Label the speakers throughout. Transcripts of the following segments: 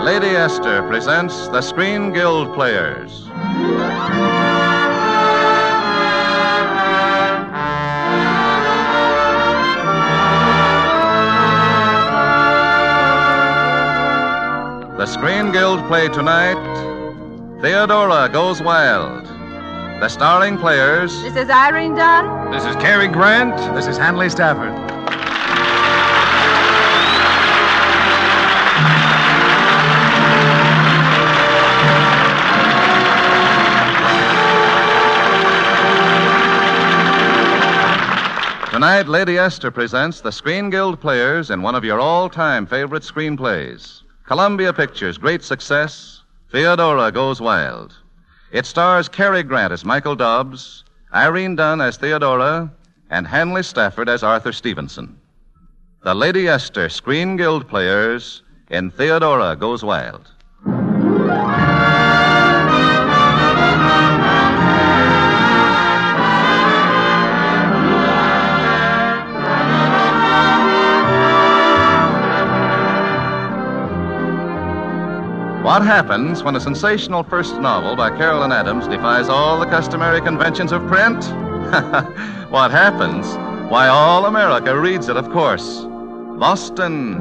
Speaker 1: Lady Esther presents the Screen Guild Players. The Screen Guild play tonight Theodora Goes Wild. The starring players
Speaker 2: This is Irene Dunn.
Speaker 1: This is Cary Grant. This is Hanley Stafford. Tonight, Lady Esther presents the Screen Guild Players in one of your all time favorite screenplays Columbia Pictures' great success, Theodora Goes Wild. It stars Cary Grant as Michael Dobbs, Irene Dunn as Theodora, and Hanley Stafford as Arthur Stevenson. The Lady Esther Screen Guild Players in Theodora Goes Wild. What happens when a sensational first novel by Carolyn Adams defies all the customary conventions of print? what happens? Why, all America reads it, of course. Boston.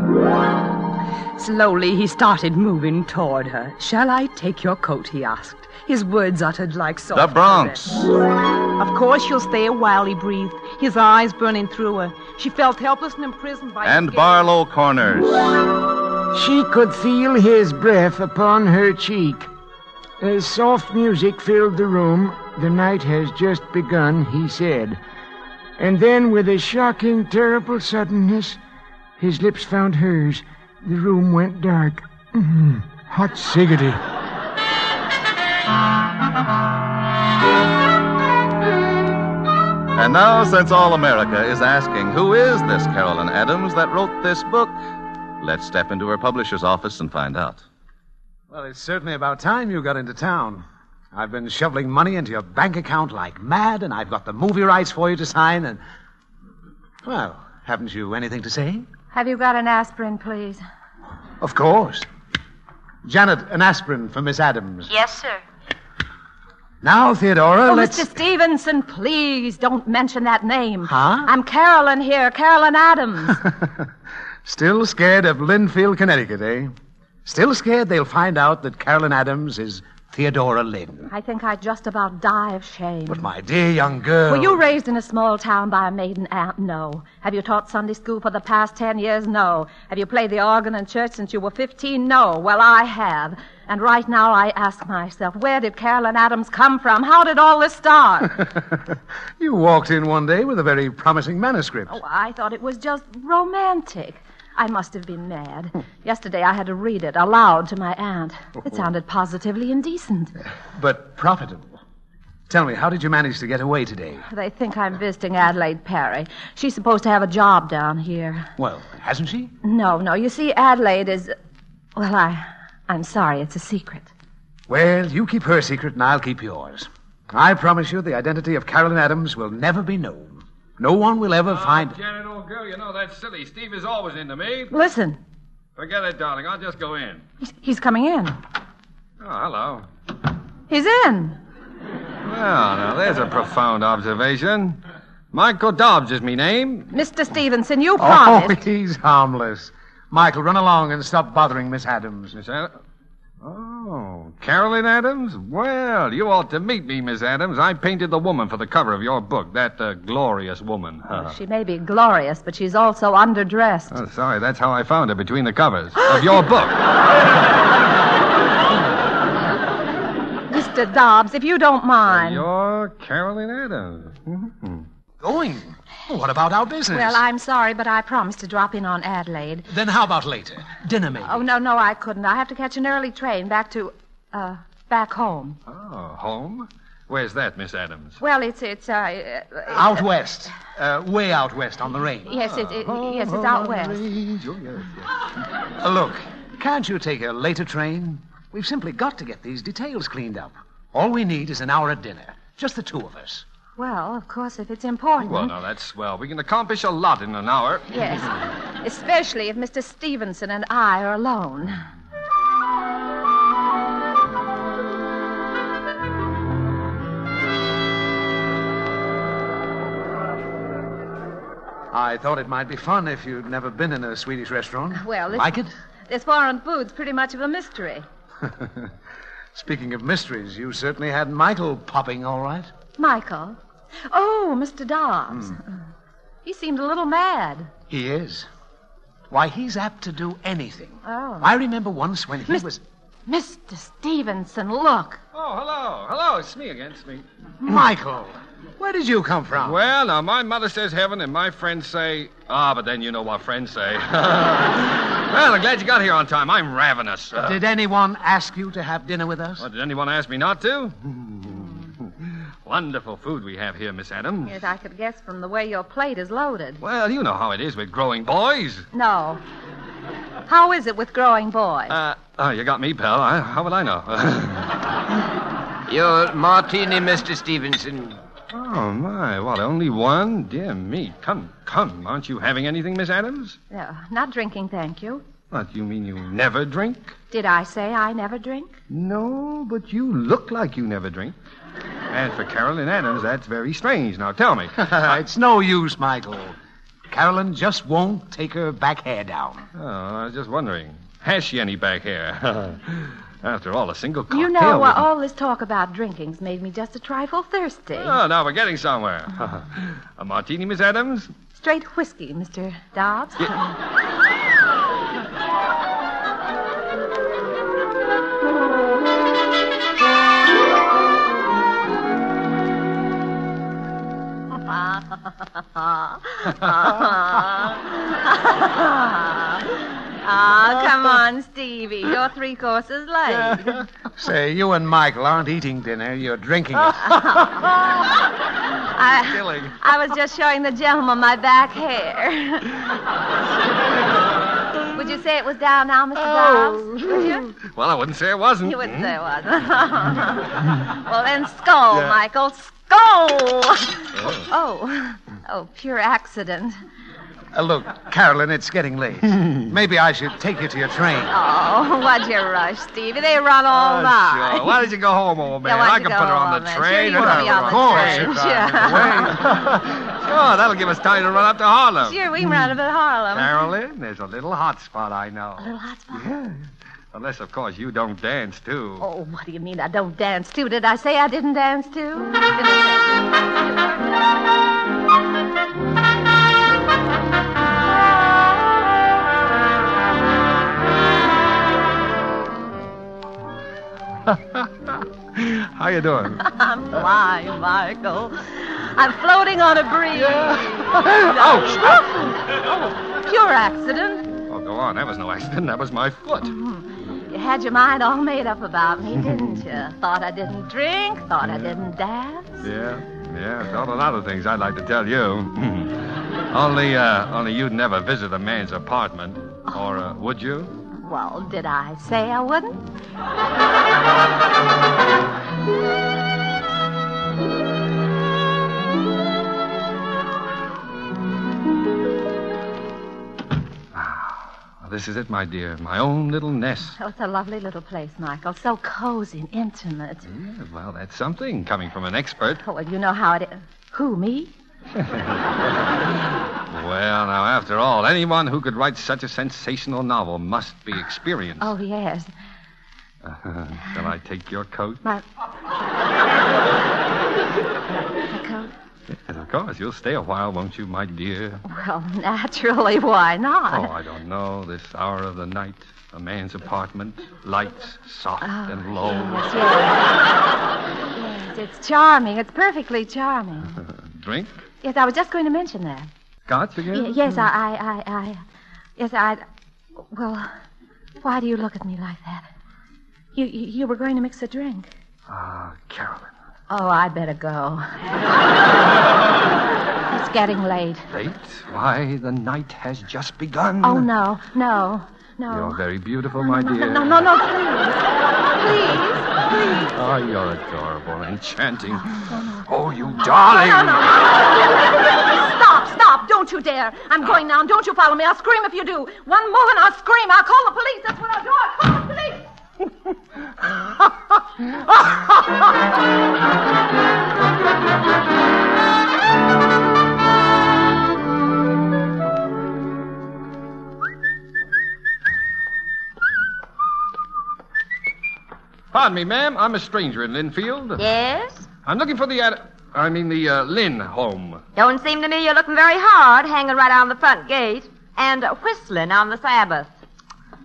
Speaker 2: Slowly he started moving toward her. Shall I take your coat? he asked. His words uttered like soft.
Speaker 1: The Bronx.
Speaker 2: Of course you'll stay a while, he breathed, his eyes burning through her. She felt helpless and imprisoned by
Speaker 1: And Barlow Corners.
Speaker 3: She could feel his breath upon her cheek. As soft music filled the room, the night has just begun, he said. And then, with a shocking, terrible suddenness, his lips found hers. The room went dark. Mm, hot cigarette.
Speaker 1: And now, since all America is asking, who is this Carolyn Adams that wrote this book? Let's step into her publisher's office and find out.
Speaker 4: Well, it's certainly about time you got into town. I've been shoveling money into your bank account like mad, and I've got the movie rights for you to sign, and. Well, haven't you anything to say?
Speaker 5: Have you got an aspirin, please?
Speaker 4: Of course. Janet, an aspirin for Miss Adams.
Speaker 5: Yes, sir.
Speaker 4: Now, Theodora,
Speaker 5: Oh,
Speaker 4: let's.
Speaker 5: Mr. Stevenson, please don't mention that name.
Speaker 4: Huh?
Speaker 5: I'm Carolyn here, Carolyn Adams.
Speaker 4: Still scared of Linfield, Connecticut, eh? Still scared they'll find out that Carolyn Adams is Theodora Lynn.
Speaker 5: I think I'd just about die of shame.
Speaker 4: But my dear young girl.
Speaker 5: Were you raised in a small town by a maiden aunt? No. Have you taught Sunday school for the past ten years? No. Have you played the organ in church since you were 15? No. Well, I have. And right now I ask myself, where did Carolyn Adams come from? How did all this start?
Speaker 4: You walked in one day with a very promising manuscript.
Speaker 5: Oh, I thought it was just romantic. I must have been mad. Yesterday I had to read it aloud to my aunt. It sounded positively indecent.
Speaker 4: But profitable. Tell me, how did you manage to get away today?
Speaker 5: They think I'm visiting Adelaide Perry. She's supposed to have a job down here.
Speaker 4: Well, hasn't she?
Speaker 5: No, no. You see, Adelaide is. Well, I. I'm sorry. It's a secret.
Speaker 4: Well, you keep her secret and I'll keep yours. I promise you the identity of Carolyn Adams will never be known. No one will ever find.
Speaker 1: Janet, old girl, you know that's silly. Steve is always into me.
Speaker 5: Listen,
Speaker 1: Forget it, darling. I'll just go in.
Speaker 5: he's, he's coming in.
Speaker 1: Oh, hello.
Speaker 5: He's in.
Speaker 1: Well, Ah, now there's a profound observation. Michael Dobbs is me name.
Speaker 5: Mr. Stevenson, you
Speaker 4: Oh,
Speaker 5: promised.
Speaker 4: he's harmless. Michael, run along and stop bothering Miss eh? Adams.
Speaker 1: Miss Adams. Oh, Carolyn Adams? Well, you ought to meet me, Miss Adams. I painted the woman for the cover of your book, that uh, glorious woman.
Speaker 4: Oh,
Speaker 1: Huh.
Speaker 5: She may be glorious, but she's also underdressed.
Speaker 1: Oh, sorry, that's how I found her between the covers of your book.
Speaker 5: Mr. Dobbs, if you don't mind.
Speaker 1: You're Carolyn Adams. Mm-hmm.
Speaker 4: Going? Well, what about our business?
Speaker 5: Well, I'm sorry, but I promised to drop in on Adelaide.
Speaker 4: Then how about later? Dinner, maybe.
Speaker 5: Oh, no, no, I couldn't. I have to catch an early train back to, uh, back home.
Speaker 1: Oh, home? Where's that, Miss Adams?
Speaker 5: Well, it's, it's, uh, uh,
Speaker 4: Out west. Uh, way out west on the range.
Speaker 5: yes, it, it, yes, it's out west.
Speaker 1: oh,
Speaker 4: Uh, Look, can't you take a later train? We've simply got to get these details cleaned up. All we need is an hour at dinner. Just the two of us.
Speaker 5: Well, of course, if it's important.
Speaker 1: Well, now that's swell. We can accomplish a lot in an hour.
Speaker 5: Yes. Especially if Mr. Stevenson and I are alone.
Speaker 4: I thought it might be fun if you'd never been in a Swedish restaurant.
Speaker 5: Well, this-
Speaker 4: like it?
Speaker 5: This foreign food's pretty much of a mystery.
Speaker 4: Speaking of mysteries, you certainly had Michael popping all right.
Speaker 5: Michael. Oh, Mr. Dobbs.
Speaker 4: Hmm.
Speaker 5: He seemed a little mad.
Speaker 4: He is. Why, he's apt to do anything.
Speaker 5: Oh.
Speaker 4: I remember once when he was.
Speaker 5: Mr. Stevenson, look.
Speaker 1: Oh, hello. Hello, it's me again. It's me.
Speaker 4: Michael! Where did you come from?
Speaker 1: Well, now, my mother says heaven, and my friends say. Ah, but then you know what friends say. well, I'm glad you got here on time. I'm ravenous. Uh,
Speaker 4: Did anyone ask you to have dinner with us?
Speaker 1: what, did anyone ask me not to? Wonderful food we have here, Miss Adams.
Speaker 5: Yes, I could guess from the way your plate is loaded.
Speaker 1: Well, you know how it is with growing boys.
Speaker 5: No. How is it with growing boys?
Speaker 1: Uh, oh, you got me, pal. I, how will I know?
Speaker 6: Your martini, Mr. Stevenson.
Speaker 1: oh, my. What, only one? Dear me. Come, come. Aren't you having anything, Miss Adams?
Speaker 5: no, not drinking, thank you.
Speaker 1: What, you mean you never drink?
Speaker 5: Did I say I never drink?
Speaker 1: No, but you look like you never drink. As for Carolyn Adams, that's very strange. Now tell me.
Speaker 4: it's no use, Michael. Carolyn just won't take her back hair down.
Speaker 1: Oh, I was just wondering. Has she any back hair? After all, a single
Speaker 4: Oh,
Speaker 1: cocktail.
Speaker 5: You know, uh,
Speaker 1: wouldn't-
Speaker 5: all this talk about drinking's made me just a trifle thirsty.
Speaker 1: Oh, now we're getting somewhere. a martini, Miss Adams?
Speaker 5: Straight whiskey, Mr. Dobbs. Ah, come on, Stevie. You're three courses late.
Speaker 4: Say, you and Michael aren't eating dinner. You're drinking it.
Speaker 5: I,
Speaker 4: Killing.
Speaker 5: I was just showing the gentleman my back hair. Would you say it was down now, Mr. Dobbs? Would you?
Speaker 1: Well, I wouldn't say it wasn't.
Speaker 5: You wouldn't say it was. well, then, skull, Michael. Skull! Oh. Oh, pure accident.
Speaker 4: Uh, look, Carolyn, it's getting late. Maybe I should take you to your train.
Speaker 5: Oh, why'd you rush, Stevie? They run all night.
Speaker 1: Sure. Why don't you go home, old man?
Speaker 5: why don't
Speaker 1: I
Speaker 5: you
Speaker 1: can
Speaker 5: go
Speaker 1: put her on
Speaker 5: home,
Speaker 1: the
Speaker 5: man? Sure,
Speaker 1: train.
Speaker 5: you wanna be
Speaker 1: of
Speaker 5: on the
Speaker 1: course.
Speaker 5: train.
Speaker 1: She's on
Speaker 5: Sure.
Speaker 1: the train. sure, Oh, that'll give us time to run up to Harlem.
Speaker 5: Sure, we can run about Harlem.
Speaker 1: Carolyn, there's a little hot spot I know.
Speaker 5: Little hotspot.
Speaker 1: Yeah. Unless, of course, you don't dance, too.
Speaker 5: Oh, what do you mean I don't dance too? Did I say I didn't dance too?
Speaker 1: How you doing?
Speaker 5: I'm flying, Michael. I'm floating on a breeze. oh, pure accident.
Speaker 1: Oh, go on. That was no accident. That was my foot.
Speaker 5: You had your mind all made up about me, didn't you? Thought I didn't drink, thought I didn't dance.
Speaker 1: Yeah, yeah. There's all a lot of things I'd like to tell you. only, uh, only you'd never visit a man's apartment, or uh, would you?
Speaker 5: Well, did I say I wouldn't?
Speaker 1: Well, this is it, my dear. My own little nest.
Speaker 5: Oh, it's a lovely little place, Michael. So cozy and intimate.
Speaker 1: Well, that's something coming from an expert.
Speaker 5: Oh, well, you know how it is. Who, me?
Speaker 1: Well, now, after all, anyone who could write such a sensational novel must be experienced.
Speaker 5: Oh, yes.
Speaker 1: Shall I take your coat?
Speaker 5: My. My coat.
Speaker 1: And of course, you'll stay a while, won't you, my dear?
Speaker 5: Well, naturally, why
Speaker 1: Oh,
Speaker 5: not?
Speaker 1: I don't know. This hour of the night, a man's apartment, lights soft and low.
Speaker 5: Yes, it's charming. It's perfectly charming.
Speaker 1: Drink?
Speaker 5: Yes, I was just going to mention that.
Speaker 1: Scotch again?
Speaker 5: Y- Mm-hmm. yes, I, I, I, I. Yes, I. Well, why do you look at me like that? You, you, you were going to mix a drink.
Speaker 1: Ah, Carolyn.
Speaker 5: Oh, I better go. it's getting late.
Speaker 1: Late? Why, the night has just begun.
Speaker 5: Oh no, no, no.
Speaker 1: You're very beautiful, my
Speaker 5: No,
Speaker 1: dear.
Speaker 5: no, no, no, please. Please, please.
Speaker 1: Oh, you're adorable, enchanting.
Speaker 5: no.
Speaker 1: Oh, you darling.
Speaker 5: No, no, no. Stop, stop. Don't you dare. I'm going now. Don't you follow me. I'll scream if you do. One move and I'll scream. I'll call the police. That's what I'll do. I'll call the police.
Speaker 1: Pardon me, ma'am. I'm a stranger in Linfield.
Speaker 7: Yes?
Speaker 1: I'm looking for the ad- I mean the uh, Lynn home.
Speaker 7: Don't seem to me you're looking very hard, hanging right on the front gate and whistling on the Sabbath.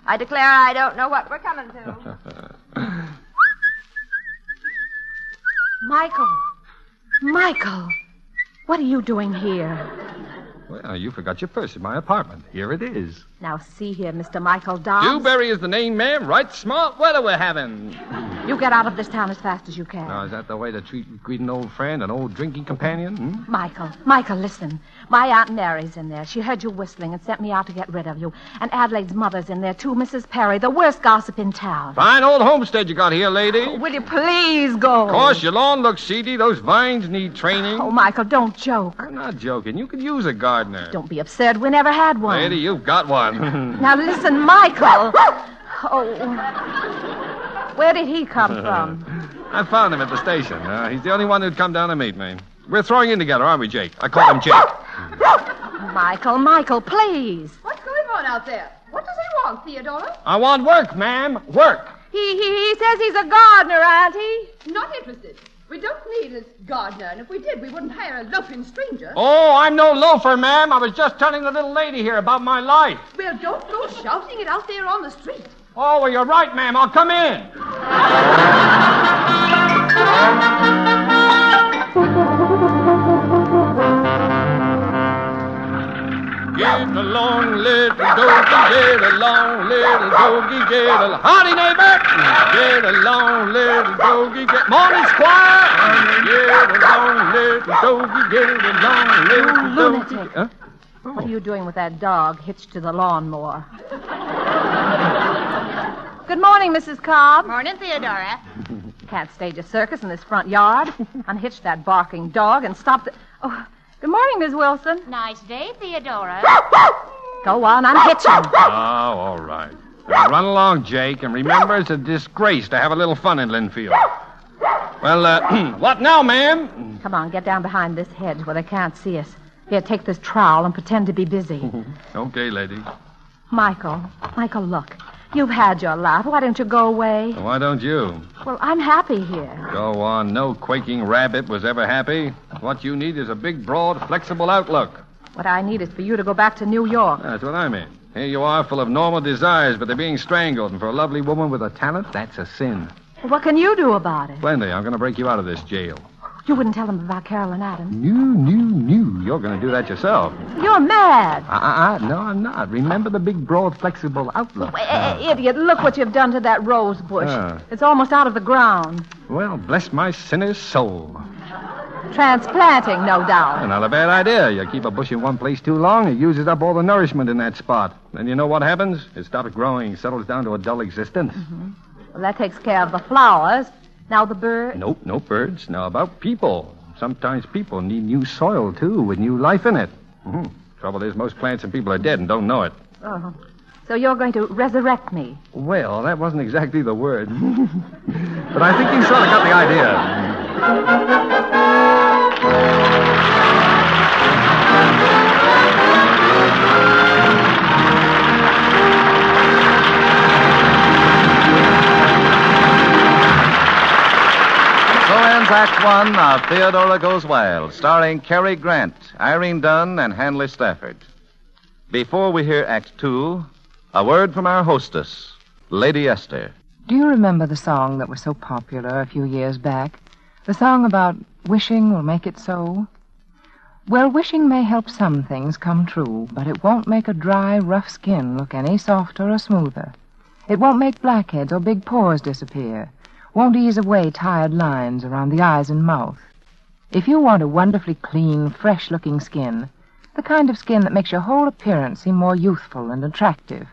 Speaker 7: I declare I don't know what we're coming to.
Speaker 5: Michael. Michael. What are you doing here?
Speaker 1: Well, you forgot your purse in my apartment. Here it is.
Speaker 5: Now, see here, Mr. Michael Dobbs.
Speaker 1: Dewberry is the name, ma'am. Right smart weather we're having.
Speaker 5: You, get out of this town as fast as you can.
Speaker 1: Now, is that the way to treat, greet an old friend, an old drinking companion? Hmm?
Speaker 5: Michael, Michael, listen. My Aunt Mary's in there. She heard you whistling and sent me out to get rid of you. And Adelaide's mother's in there, too. Mrs. Perry, the worst gossip in town.
Speaker 1: Fine old homestead you got here, lady. Of
Speaker 5: Will you please go?
Speaker 1: course, your lawn looks seedy. Those vines need training.
Speaker 5: Oh, Michael, don't joke.
Speaker 1: I'm not joking. You could use a gardener.
Speaker 5: Don't be absurd. We never had one.
Speaker 1: Lady, you've got one.
Speaker 5: Now listen, Michael. oh. Where did he come from?
Speaker 1: I found him at the station. Uh, he's the only one who'd come down to meet me. We're throwing in together, aren't we, Jake? I call him Jake.
Speaker 5: Michael, Michael, please.
Speaker 7: What's going on out there? What does he want, Theodora?
Speaker 1: I want work, ma'am. Work.
Speaker 5: He, he, he says he's a gardener, Auntie.
Speaker 8: Not interested. We don't need a gardener, and if we did, we wouldn't hire a loafing stranger.
Speaker 1: Oh, I'm no loafer, ma'am. I was just telling the little lady here about my life.
Speaker 8: Well, don't go shouting it out there on the street.
Speaker 1: Oh, well, you're right, ma'am. I'll come in. Get along, little doggy, get along, little doggy, get along. Howdy, neighbor! Get along, little doggy, get... Morning, squire! Get along, little doggy, get along, little doggy.
Speaker 5: Lunatic.
Speaker 1: Huh?
Speaker 5: What are you doing with that dog hitched to the lawnmower? Good morning, Mrs. Cobb.
Speaker 7: Morning, Theodora.
Speaker 5: Can't stage a circus in this front yard. Unhitch that barking dog and stop the. Oh, good morning, Miss Wilson.
Speaker 7: Nice day, Theodora.
Speaker 5: Go on, unhitch him.
Speaker 1: Oh, all right. Now run along, Jake, and remember it's a disgrace to have a little fun in Linfield. Well, uh, what now, ma'am?
Speaker 5: Come on, get down behind this hedge where they can't see us. Here, take this trowel and pretend to be busy.
Speaker 1: Okay, lady.
Speaker 5: Michael, Michael, look. You've had your lot. Why don't you go away?
Speaker 1: Why don't you?
Speaker 5: Well, I'm happy here.
Speaker 1: Go on. No quaking rabbit was ever happy. What you need is a big, broad, flexible outlook.
Speaker 5: What I need is for you to go back to New York.
Speaker 1: That's what I mean. Here you are, full of normal desires, but they're being strangled. And for a lovely woman with a talent, that's a sin.
Speaker 5: What can you do about it?
Speaker 1: Plenty. I'm going to break you out of this jail.
Speaker 5: You wouldn't tell them about Carolyn Adams.
Speaker 1: You knew, knew. You're going to do that yourself.
Speaker 5: You're mad.
Speaker 1: Uh-uh. No, I'm not. Remember the big, broad, flexible outlook.
Speaker 5: Eh, eh, idiot, look what you've done to that rose bush.
Speaker 1: Ah.
Speaker 5: It's almost out of the ground.
Speaker 1: Well, bless my sinner's soul.
Speaker 5: Transplanting, no doubt.
Speaker 1: Not a bad idea. You keep a bush in one place too long, it uses up all the nourishment in that spot. Then you know what happens? It stops growing, settles down to a dull existence.
Speaker 5: Well, that takes care of the flowers. Now the bird.
Speaker 1: Nope, no birds. Now about people. Sometimes people need new soil, too, with new life in it. Mhm. Trouble is, most plants and people are dead and don't know it.
Speaker 5: Oh. So you're going to resurrect me.
Speaker 1: Well, that wasn't exactly the word. but I think you sort of got the idea. So ends Act One of Theodora Goes Wild, starring Cary Grant, Irene Dunn, and Hanley Stafford. Before we hear Act Two, a word from our hostess, Lady Esther.
Speaker 8: Do you remember the song that was so popular a few years back? The song about wishing will make it so? Well, wishing may help some things come true, but it won't make a dry, rough skin look any softer or smoother. It won't make blackheads or big pores disappear, won't ease away tired lines around the eyes and mouth. If you want a wonderfully clean, fresh looking skin, the kind of skin that makes your whole appearance seem more youthful and attractive,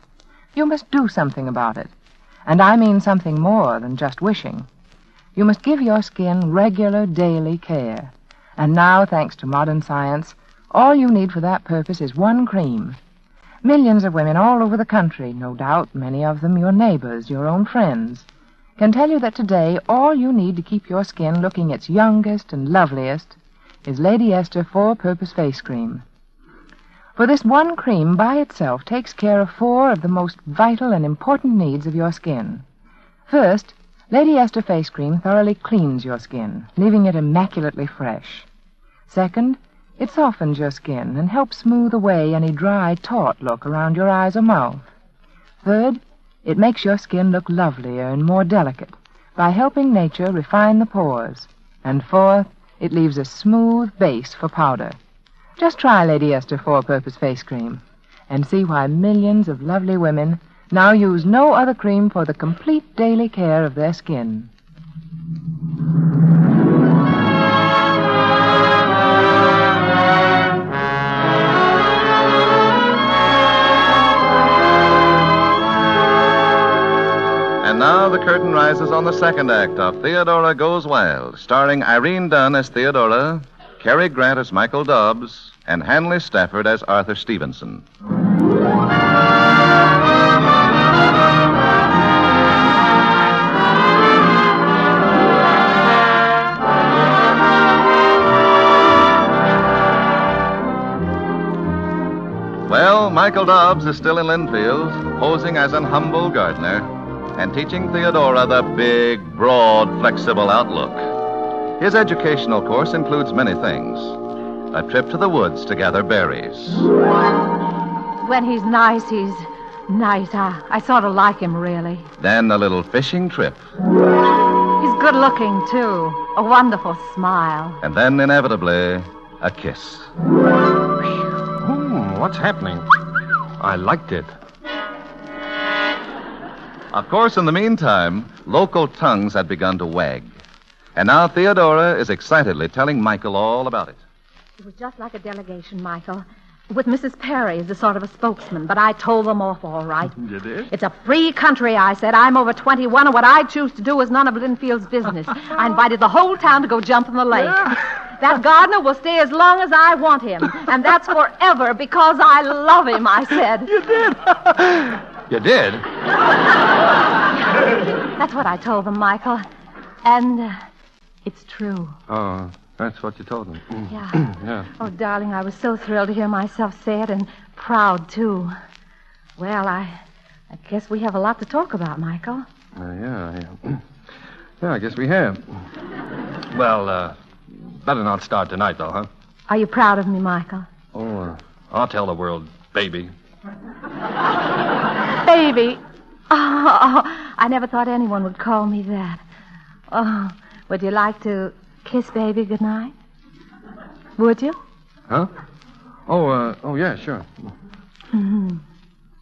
Speaker 8: you must do something about it. And I mean something more than just wishing. You must give your skin regular daily care. And now, thanks to modern science, all you need for that purpose is one cream. Millions of women all over the country, no doubt, many of them your neighbors, your own friends, can tell you that today all you need to keep your skin looking its youngest and loveliest is Lady Esther Four Purpose Face Cream. For this one cream by itself takes care of four of the most vital and important needs of your skin. First, Lady Esther Face Cream thoroughly cleans your skin, leaving it immaculately fresh. Second, it softens your skin and helps smooth away any dry, taut look around your eyes or mouth. Third, it makes your skin look lovelier and more delicate by helping nature refine the pores. And fourth, it leaves a smooth base for powder. Just try Lady Esther Four Purpose Face Cream and see why millions of lovely women now use no other cream for the complete daily care of their skin.
Speaker 1: And now the curtain rises on the second act of Theodora Goes Wild, starring Irene Dunn as Theodora, Cary Grant as Michael Dobbs, and Hanley Stafford as Arthur Stevenson. Well, Michael Dobbs is still in Linfield, posing as an humble gardener and teaching Theodora the big, broad, flexible outlook. His educational course includes many things a trip to the woods to gather berries,
Speaker 5: When he's nice, he's nice. I, I sort of like him, really.
Speaker 1: then a little fishing trip,
Speaker 5: He's good looking, too. A wonderful smile.
Speaker 1: and then inevitably, a kiss. Hmm, what's happening? I liked it. Of course, in the meantime, local tongues had begun to wag. And now Theodora is excitedly telling Michael all about it.
Speaker 5: It was just like a delegation, Michael. With Mrs. Perry as the sort of a spokesman, but I told them off all right.
Speaker 9: You did?
Speaker 5: It's a free country, I said. I'm over 21, and what I choose to do is none of Linfield's business. I invited the whole town to go jump in the lake. That gardener will stay as long as I want him, and that's forever because I love him, I said. You did?
Speaker 1: You did?
Speaker 5: That's what I told them, Michael. And uh, it's true.
Speaker 1: Oh, that's what you told him.
Speaker 5: Yeah.
Speaker 1: yeah.
Speaker 5: Oh, darling, I was so thrilled to hear myself say it, and proud, too. Well, I, I guess we have a lot to talk about, Michael.
Speaker 1: Uh, yeah, yeah. yeah, I guess we have. Well, uh, better not start tonight, though, huh?
Speaker 5: Are you proud of me, Michael?
Speaker 1: Oh, uh, I'll tell the world, baby.
Speaker 5: Baby. Oh, I never thought anyone would call me that. Oh, would you like to kiss baby goodnight? Would you?
Speaker 1: Huh? Oh, uh, oh yeah, sure.
Speaker 5: hmm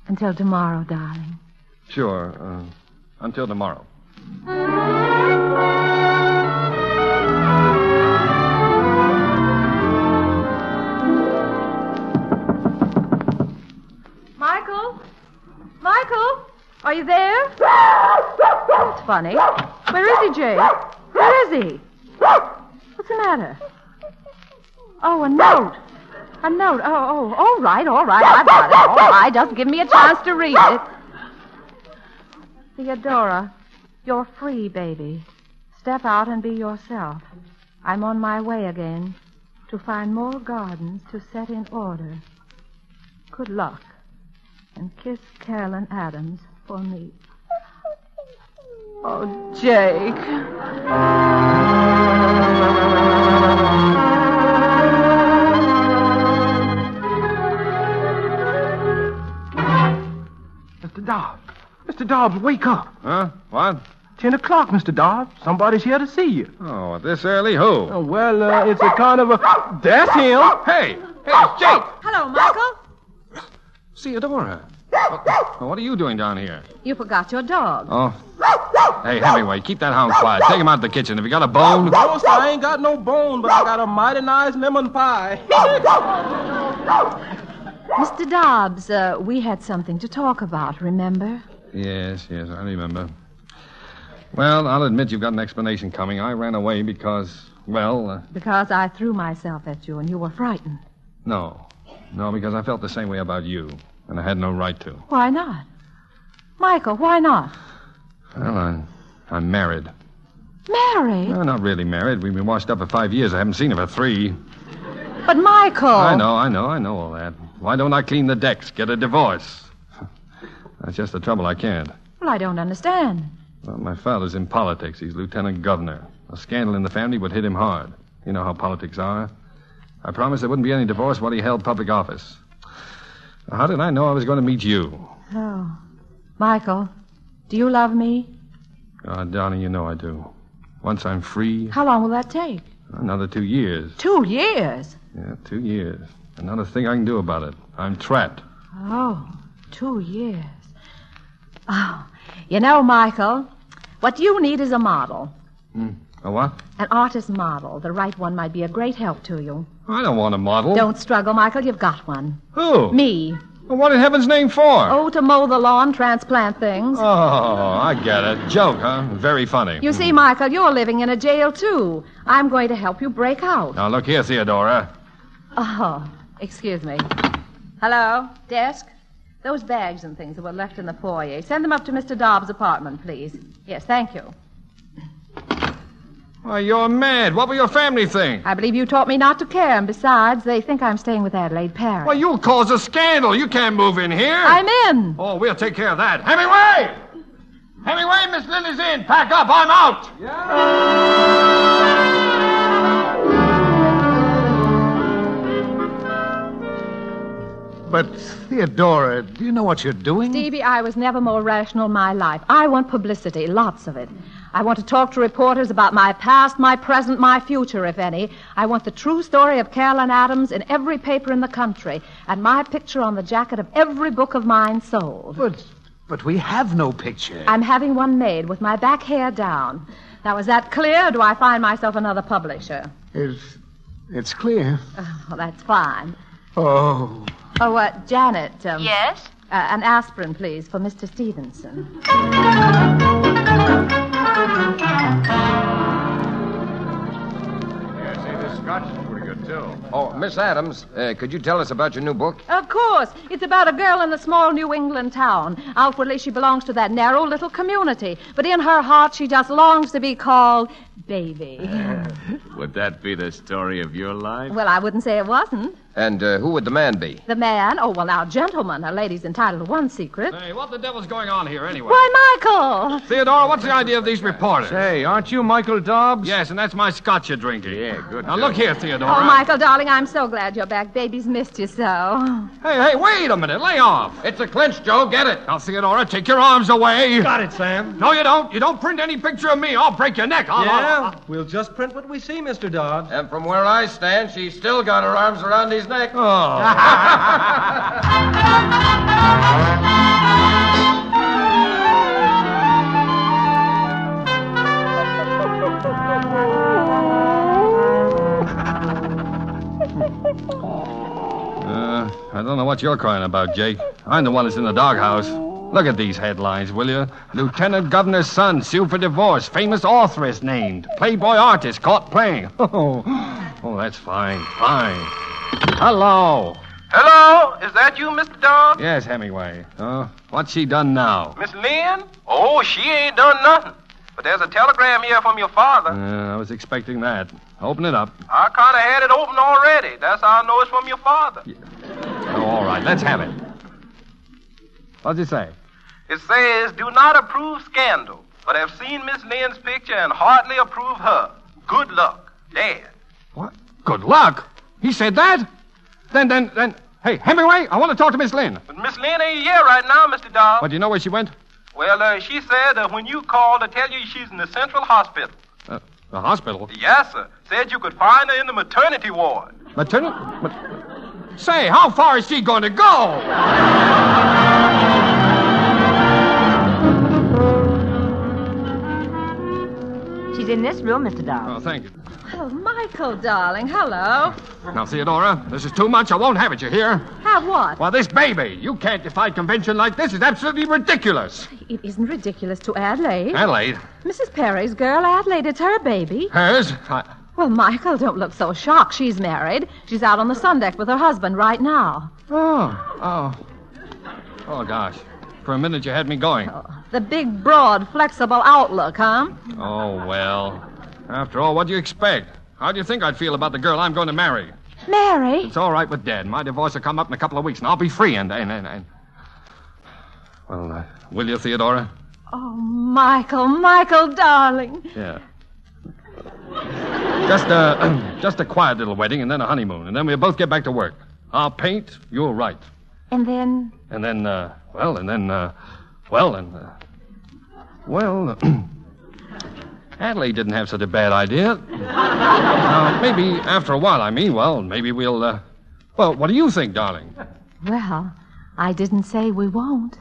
Speaker 5: Until tomorrow, darling.
Speaker 1: Sure. Uh, until tomorrow.
Speaker 5: Michael? Michael? Are you there? That's funny. Where is he, Jay? Where is he? What's the matter? Oh, a note. A note. Oh, oh, all right, all right. I've got it. All right, just give me a chance to read it. Theodora, you're free, baby. Step out and be yourself. I'm on my way again to find more gardens to set in order. Good luck. And kiss Carolyn Adams for me. Oh, Jake.
Speaker 4: Mr. Dobbs. Mr. Dobbs, wake up.
Speaker 1: Huh? What?
Speaker 4: Ten o'clock, Mr. Dobbs. Somebody's here to see you.
Speaker 1: Oh, at this early? Who?
Speaker 4: Oh, well, uh, it's a kind of a. That's him.
Speaker 1: Hey! Hey, Jake!
Speaker 10: Oh, Hello, Michael.
Speaker 1: Theodora. Oh, what are you doing down here?
Speaker 5: You forgot your dog.
Speaker 1: Oh. Hey, Hemingway, keep that hound quiet. Take him out to the kitchen. Have you got a bone?
Speaker 4: Boss, I ain't got no bone, but I got a mighty nice lemon pie.
Speaker 5: Mr. Dobbs, uh, we had something to talk about, remember?
Speaker 1: Yes, yes, I remember. Well, I'll admit you've got an explanation coming. I ran away because, well, uh,
Speaker 5: Because I threw myself at you and you were frightened.
Speaker 1: no. No, because I felt the same way about you, and I had no right to.
Speaker 5: Why not? Michael, why not?
Speaker 1: Well, I, I'm married.
Speaker 5: Married?
Speaker 1: Well, not really married. We've been washed up for five years. I haven't seen her for three.
Speaker 5: But Michael.
Speaker 1: I know, I know, I know all that. Why don't I clean the decks, get a divorce? That's just the trouble. I can't.
Speaker 5: Well, I don't understand.
Speaker 1: Well, my father's in politics. He's lieutenant governor. A scandal in the family would hit him hard. You know how politics are. I promised there wouldn't be any divorce while he held public office. How did I know I was going to meet you?
Speaker 5: Oh. Michael, do you love me?
Speaker 1: Oh, darling, you know I do. Once I'm free,
Speaker 5: How long will that take?
Speaker 1: another two years.
Speaker 5: Two years.
Speaker 1: Yeah, two years. And not a thing I can do about it. I'm trapped.
Speaker 5: Oh, two years. Oh, you know, Michael, what you need is a model.
Speaker 1: A what?
Speaker 5: An artist model. The right one might be a great help to you.
Speaker 1: I don't want a model.
Speaker 5: Don't struggle, Michael. You've got one.
Speaker 1: Who?
Speaker 5: Me.
Speaker 1: Well, what in heaven's name for?
Speaker 5: Oh, to mow the lawn, transplant things.
Speaker 1: Oh, I get it. Joke, huh? Very funny.
Speaker 5: You see, Michael, you're living in a jail, too. I'm going to help you break out.
Speaker 1: Now, look here, Theodora.
Speaker 5: Oh, excuse me. Hello? Desk? Those bags and things that were left in the foyer. Send them up to Mr. Dobbs' apartment, please. Yes, thank you.
Speaker 1: Why, you're mad. What will your family think?
Speaker 5: I believe you taught me not to care, and besides, they think I'm staying with Adelaide Parrott.
Speaker 1: Why, you'll cause a scandal. You can't move in here.
Speaker 5: I'm in.
Speaker 1: Oh, we'll take care of that. Hemingway! Hemingway, Miss Lily's in. Pack up. I'm out.
Speaker 11: But, Theodora, do you know what you're doing?
Speaker 5: Stevie, I was never more rational in my life. I want publicity, lots of it. I want to talk to reporters about my past, my present, my future, if any. I want the true story of Carolyn Adams in every paper in the country, and my picture on the jacket of every book of mine sold.
Speaker 11: But, but we have no picture.
Speaker 5: I'm having one made with my back hair down. Now, is that clear, or do I find myself another publisher?
Speaker 12: It's, it's clear.
Speaker 5: Well, that's fine.
Speaker 12: Oh.
Speaker 5: Oh, uh, Janet. Um,
Speaker 13: Yes?
Speaker 5: Uh, an aspirin, please, for Mr. Stevenson.
Speaker 1: Yeah, see, this scotch is pretty good, too. Oh, Miss Adams, uh, could you tell us about your new book?
Speaker 5: Of course. It's about a girl in a small New England town. Outwardly, she belongs to that narrow little community, but in her heart, she just longs to be called Baby.
Speaker 14: Would that be the story of your life?
Speaker 5: Well, I wouldn't say it wasn't.
Speaker 15: And uh, who would the man be?
Speaker 5: The man, oh, well, now, gentlemen, a lady's entitled to one secret.
Speaker 1: Hey, what the devil's going on here anyway?
Speaker 5: Why, Michael!
Speaker 1: Theodore, what's the idea of these reporters?
Speaker 16: Say, aren't you Michael Dobbs?
Speaker 1: Yes, and that's my scotch you're drinking. Yeah, good. Now, look here, Theodore.
Speaker 5: Oh, Michael, darling, I'm so glad you're back. Baby's missed you so.
Speaker 1: Hey, hey, wait a minute. Lay off. It's a clinch, Joe. Get it. Now, Theodora, take your arms away.
Speaker 16: Got it, Sam.
Speaker 1: No, you don't. You don't print any picture of me. I'll break your neck. I'll,
Speaker 16: yeah,
Speaker 1: I'll- I'll-
Speaker 16: we'll just print what we see, Mr. Dobbs.
Speaker 15: And from where I stand, she's still got her arms around his neck.
Speaker 16: Oh.
Speaker 1: Uh, I don't know what you're crying about, Jake. I'm the one that's in the doghouse. Look at these headlines, will you? Lieutenant Governor's son sued for divorce. Famous authoress named. Playboy artist caught playing. Oh, oh that's fine, fine. Hello.
Speaker 4: Hello, is that you, Mr. Dobbs?
Speaker 1: Yes, Hemingway. Uh, what's she done now?
Speaker 4: Miss Lynn? Oh, she ain't done nothing. But there's a telegram here from your
Speaker 1: Uh,
Speaker 4: father.
Speaker 1: I was expecting that. Open it up.
Speaker 4: I kind of had it open already. That's how I know it's from your father.
Speaker 1: Oh, all right, let's have it. What's it say?
Speaker 4: It says, do not approve scandal, but have seen Miss Lynn's picture and hardly approve her. Good luck. Dad.
Speaker 1: Good luck. He said that? Then, then, then. Hey, Hemingway, I want to talk to Miss Lynn.
Speaker 4: But Miss Lynn ain't here right now, Mr. Dobbs.
Speaker 1: But do you know where she went?
Speaker 4: Well, uh, she said that when you called to tell you she's in the central hospital.
Speaker 1: Uh, the hospital.
Speaker 4: Yes, sir. Said you could find her in the maternity ward.
Speaker 1: Maternal? Mat- Say, how far is she going to go?
Speaker 17: She's in this room, Mr. Dobbs.
Speaker 1: Oh, thank you.
Speaker 5: Oh, Michael, darling, hello.
Speaker 1: Now, Theodora, this is too much. I won't have it, you hear?
Speaker 5: Have what?
Speaker 1: Well, this baby, you can't defy convention like this. It's absolutely ridiculous.
Speaker 5: It isn't ridiculous to Adelaide.
Speaker 1: Adelaide,
Speaker 5: Mrs. Perry's girl, Adelaide, it's her baby.
Speaker 1: hers? I,
Speaker 5: Well, Michael, don't look so shocked. She's married. She's out on the sun deck with her husband right now.
Speaker 1: Oh, oh. oh, gosh. For a minute, you had me going.
Speaker 5: The big, broad, flexible outlook, huh?
Speaker 1: Oh, well. After all, what do you expect? How do you think I'd feel about the girl I'm going to marry?
Speaker 5: Mary?
Speaker 1: It's all right with Dad. My divorce will come up in a couple of weeks, and I'll be free. And and and, and... well, uh, will you, Theodora?
Speaker 5: Oh, Michael, Michael, darling.
Speaker 1: Yeah. Just a just a quiet little wedding, and then a honeymoon, and then we'll both get back to work. I'll paint. You'll write,
Speaker 5: And then,
Speaker 1: and then uh, well, and then uh, well, and uh, well. uh, Adelaide didn't have such a bad idea. Now, maybe after a while, I mean, well, maybe we'll. Uh, well, what do you think, darling?
Speaker 5: well, I didn't say we won't.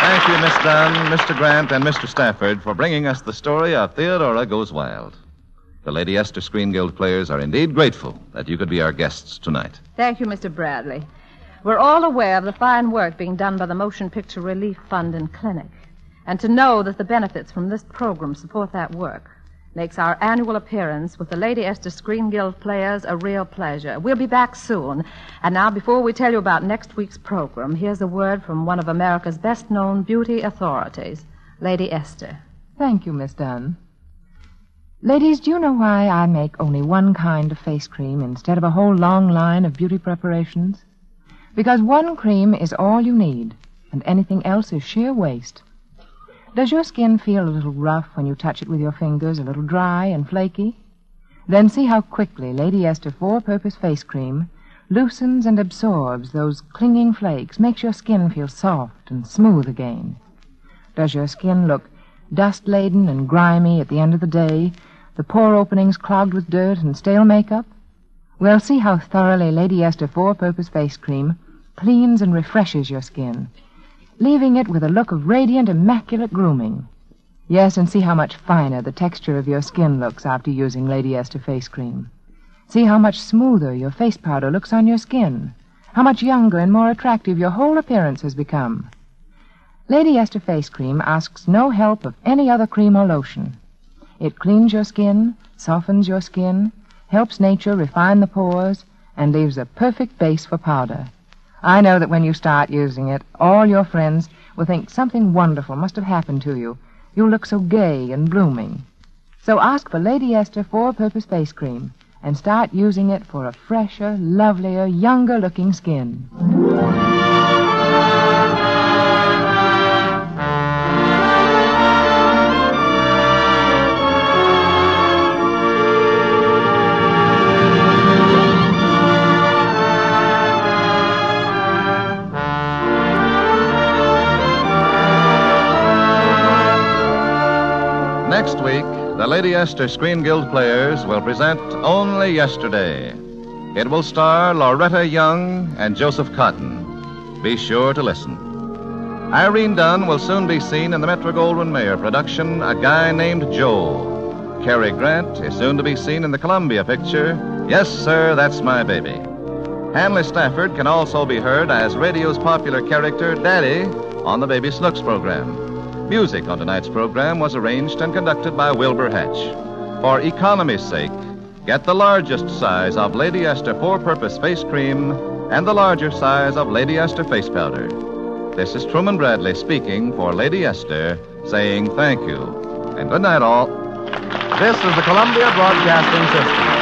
Speaker 18: Thank you, Miss Dunn, Mr. Grant, and Mr. Stafford for bringing us the story of Theodora Goes Wild. The Lady Esther Screen Guild players are indeed grateful that you could be our guests tonight.
Speaker 5: Thank you, Mr. Bradley. We're all aware of the fine work being done by the Motion Picture Relief Fund and Clinic. And to know that the benefits from this program support that work makes our annual appearance with the Lady Esther Screen Guild players a real pleasure. We'll be back soon. And now, before we tell you about next week's program, here's a word from one of America's best known beauty authorities, Lady Esther.
Speaker 8: Thank you, Miss Dunn. Ladies, do you know why I make only one kind of face cream instead of a whole long line of beauty preparations? Because one cream is all you need, and anything else is sheer waste. Does your skin feel a little rough when you touch it with your fingers, a little dry and flaky? Then see how quickly Lady Esther Four Purpose Face Cream loosens and absorbs those clinging flakes, makes your skin feel soft and smooth again. Does your skin look dust laden and grimy at the end of the day, the pore openings clogged with dirt and stale makeup? Well, see how thoroughly Lady Esther Four Purpose Face Cream cleans and refreshes your skin, leaving it with a look of radiant, immaculate grooming. Yes, and see how much finer the texture of your skin looks after using Lady Esther Face Cream. See how much smoother your face powder looks on your skin, how much younger and more attractive your whole appearance has become. Lady Esther Face Cream asks no help of any other cream or lotion. It cleans your skin, softens your skin, helps nature refine the pores, and leaves a perfect base for powder. I know that when you start using it, all your friends will think something wonderful must have happened to you. You look so gay and blooming. So ask for Lady Esther Four Purpose Face Cream and start using it for a fresher, lovelier, younger looking skin.
Speaker 1: Next week, the Lady Esther Screen Guild players will present Only Yesterday. It will star Loretta Young and Joseph Cotton. Be sure to listen. Irene Dunn will soon be seen in the Metro Goldwyn Mayer production, A Guy Named Joe. Cary Grant is soon to be seen in the Columbia picture, Yes, Sir, That's My Baby. Hanley Stafford can also be heard as radio's popular character, Daddy, on the Baby Snooks program. Music on tonight's program was arranged and conducted by Wilbur Hatch. For economy's sake, get the largest size of Lady Esther for purpose face cream and the larger size of Lady Esther face powder. This is Truman Bradley speaking for Lady Esther, saying thank you and good night, all.
Speaker 19: This is the Columbia Broadcasting System.